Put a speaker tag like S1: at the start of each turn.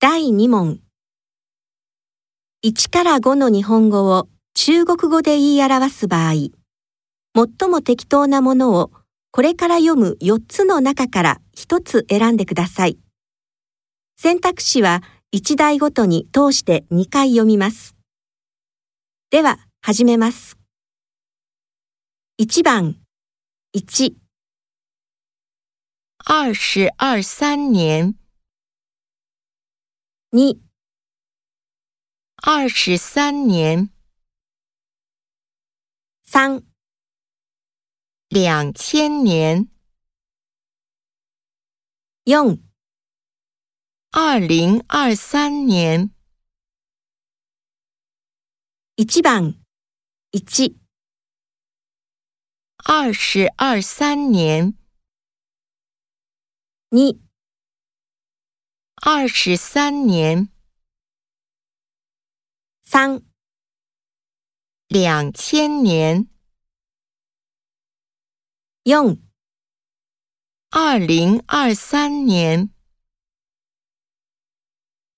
S1: 第2問。1から5の日本語を中国語で言い表す場合、最も適当なものをこれから読む4つの中から1つ選んでください。選択肢は1台ごとに通して2回読みます。では、始めます。1番、1、
S2: 二十二三年、
S1: 2、
S2: 二十三年，
S1: 3、
S2: 两千年，
S1: 4、
S2: 二零二三年，
S1: 1番、1、
S2: 二十二三年，
S1: 2、
S2: 二十三年，
S1: 3、
S2: 两千年，
S1: 4
S2: 二零二三年，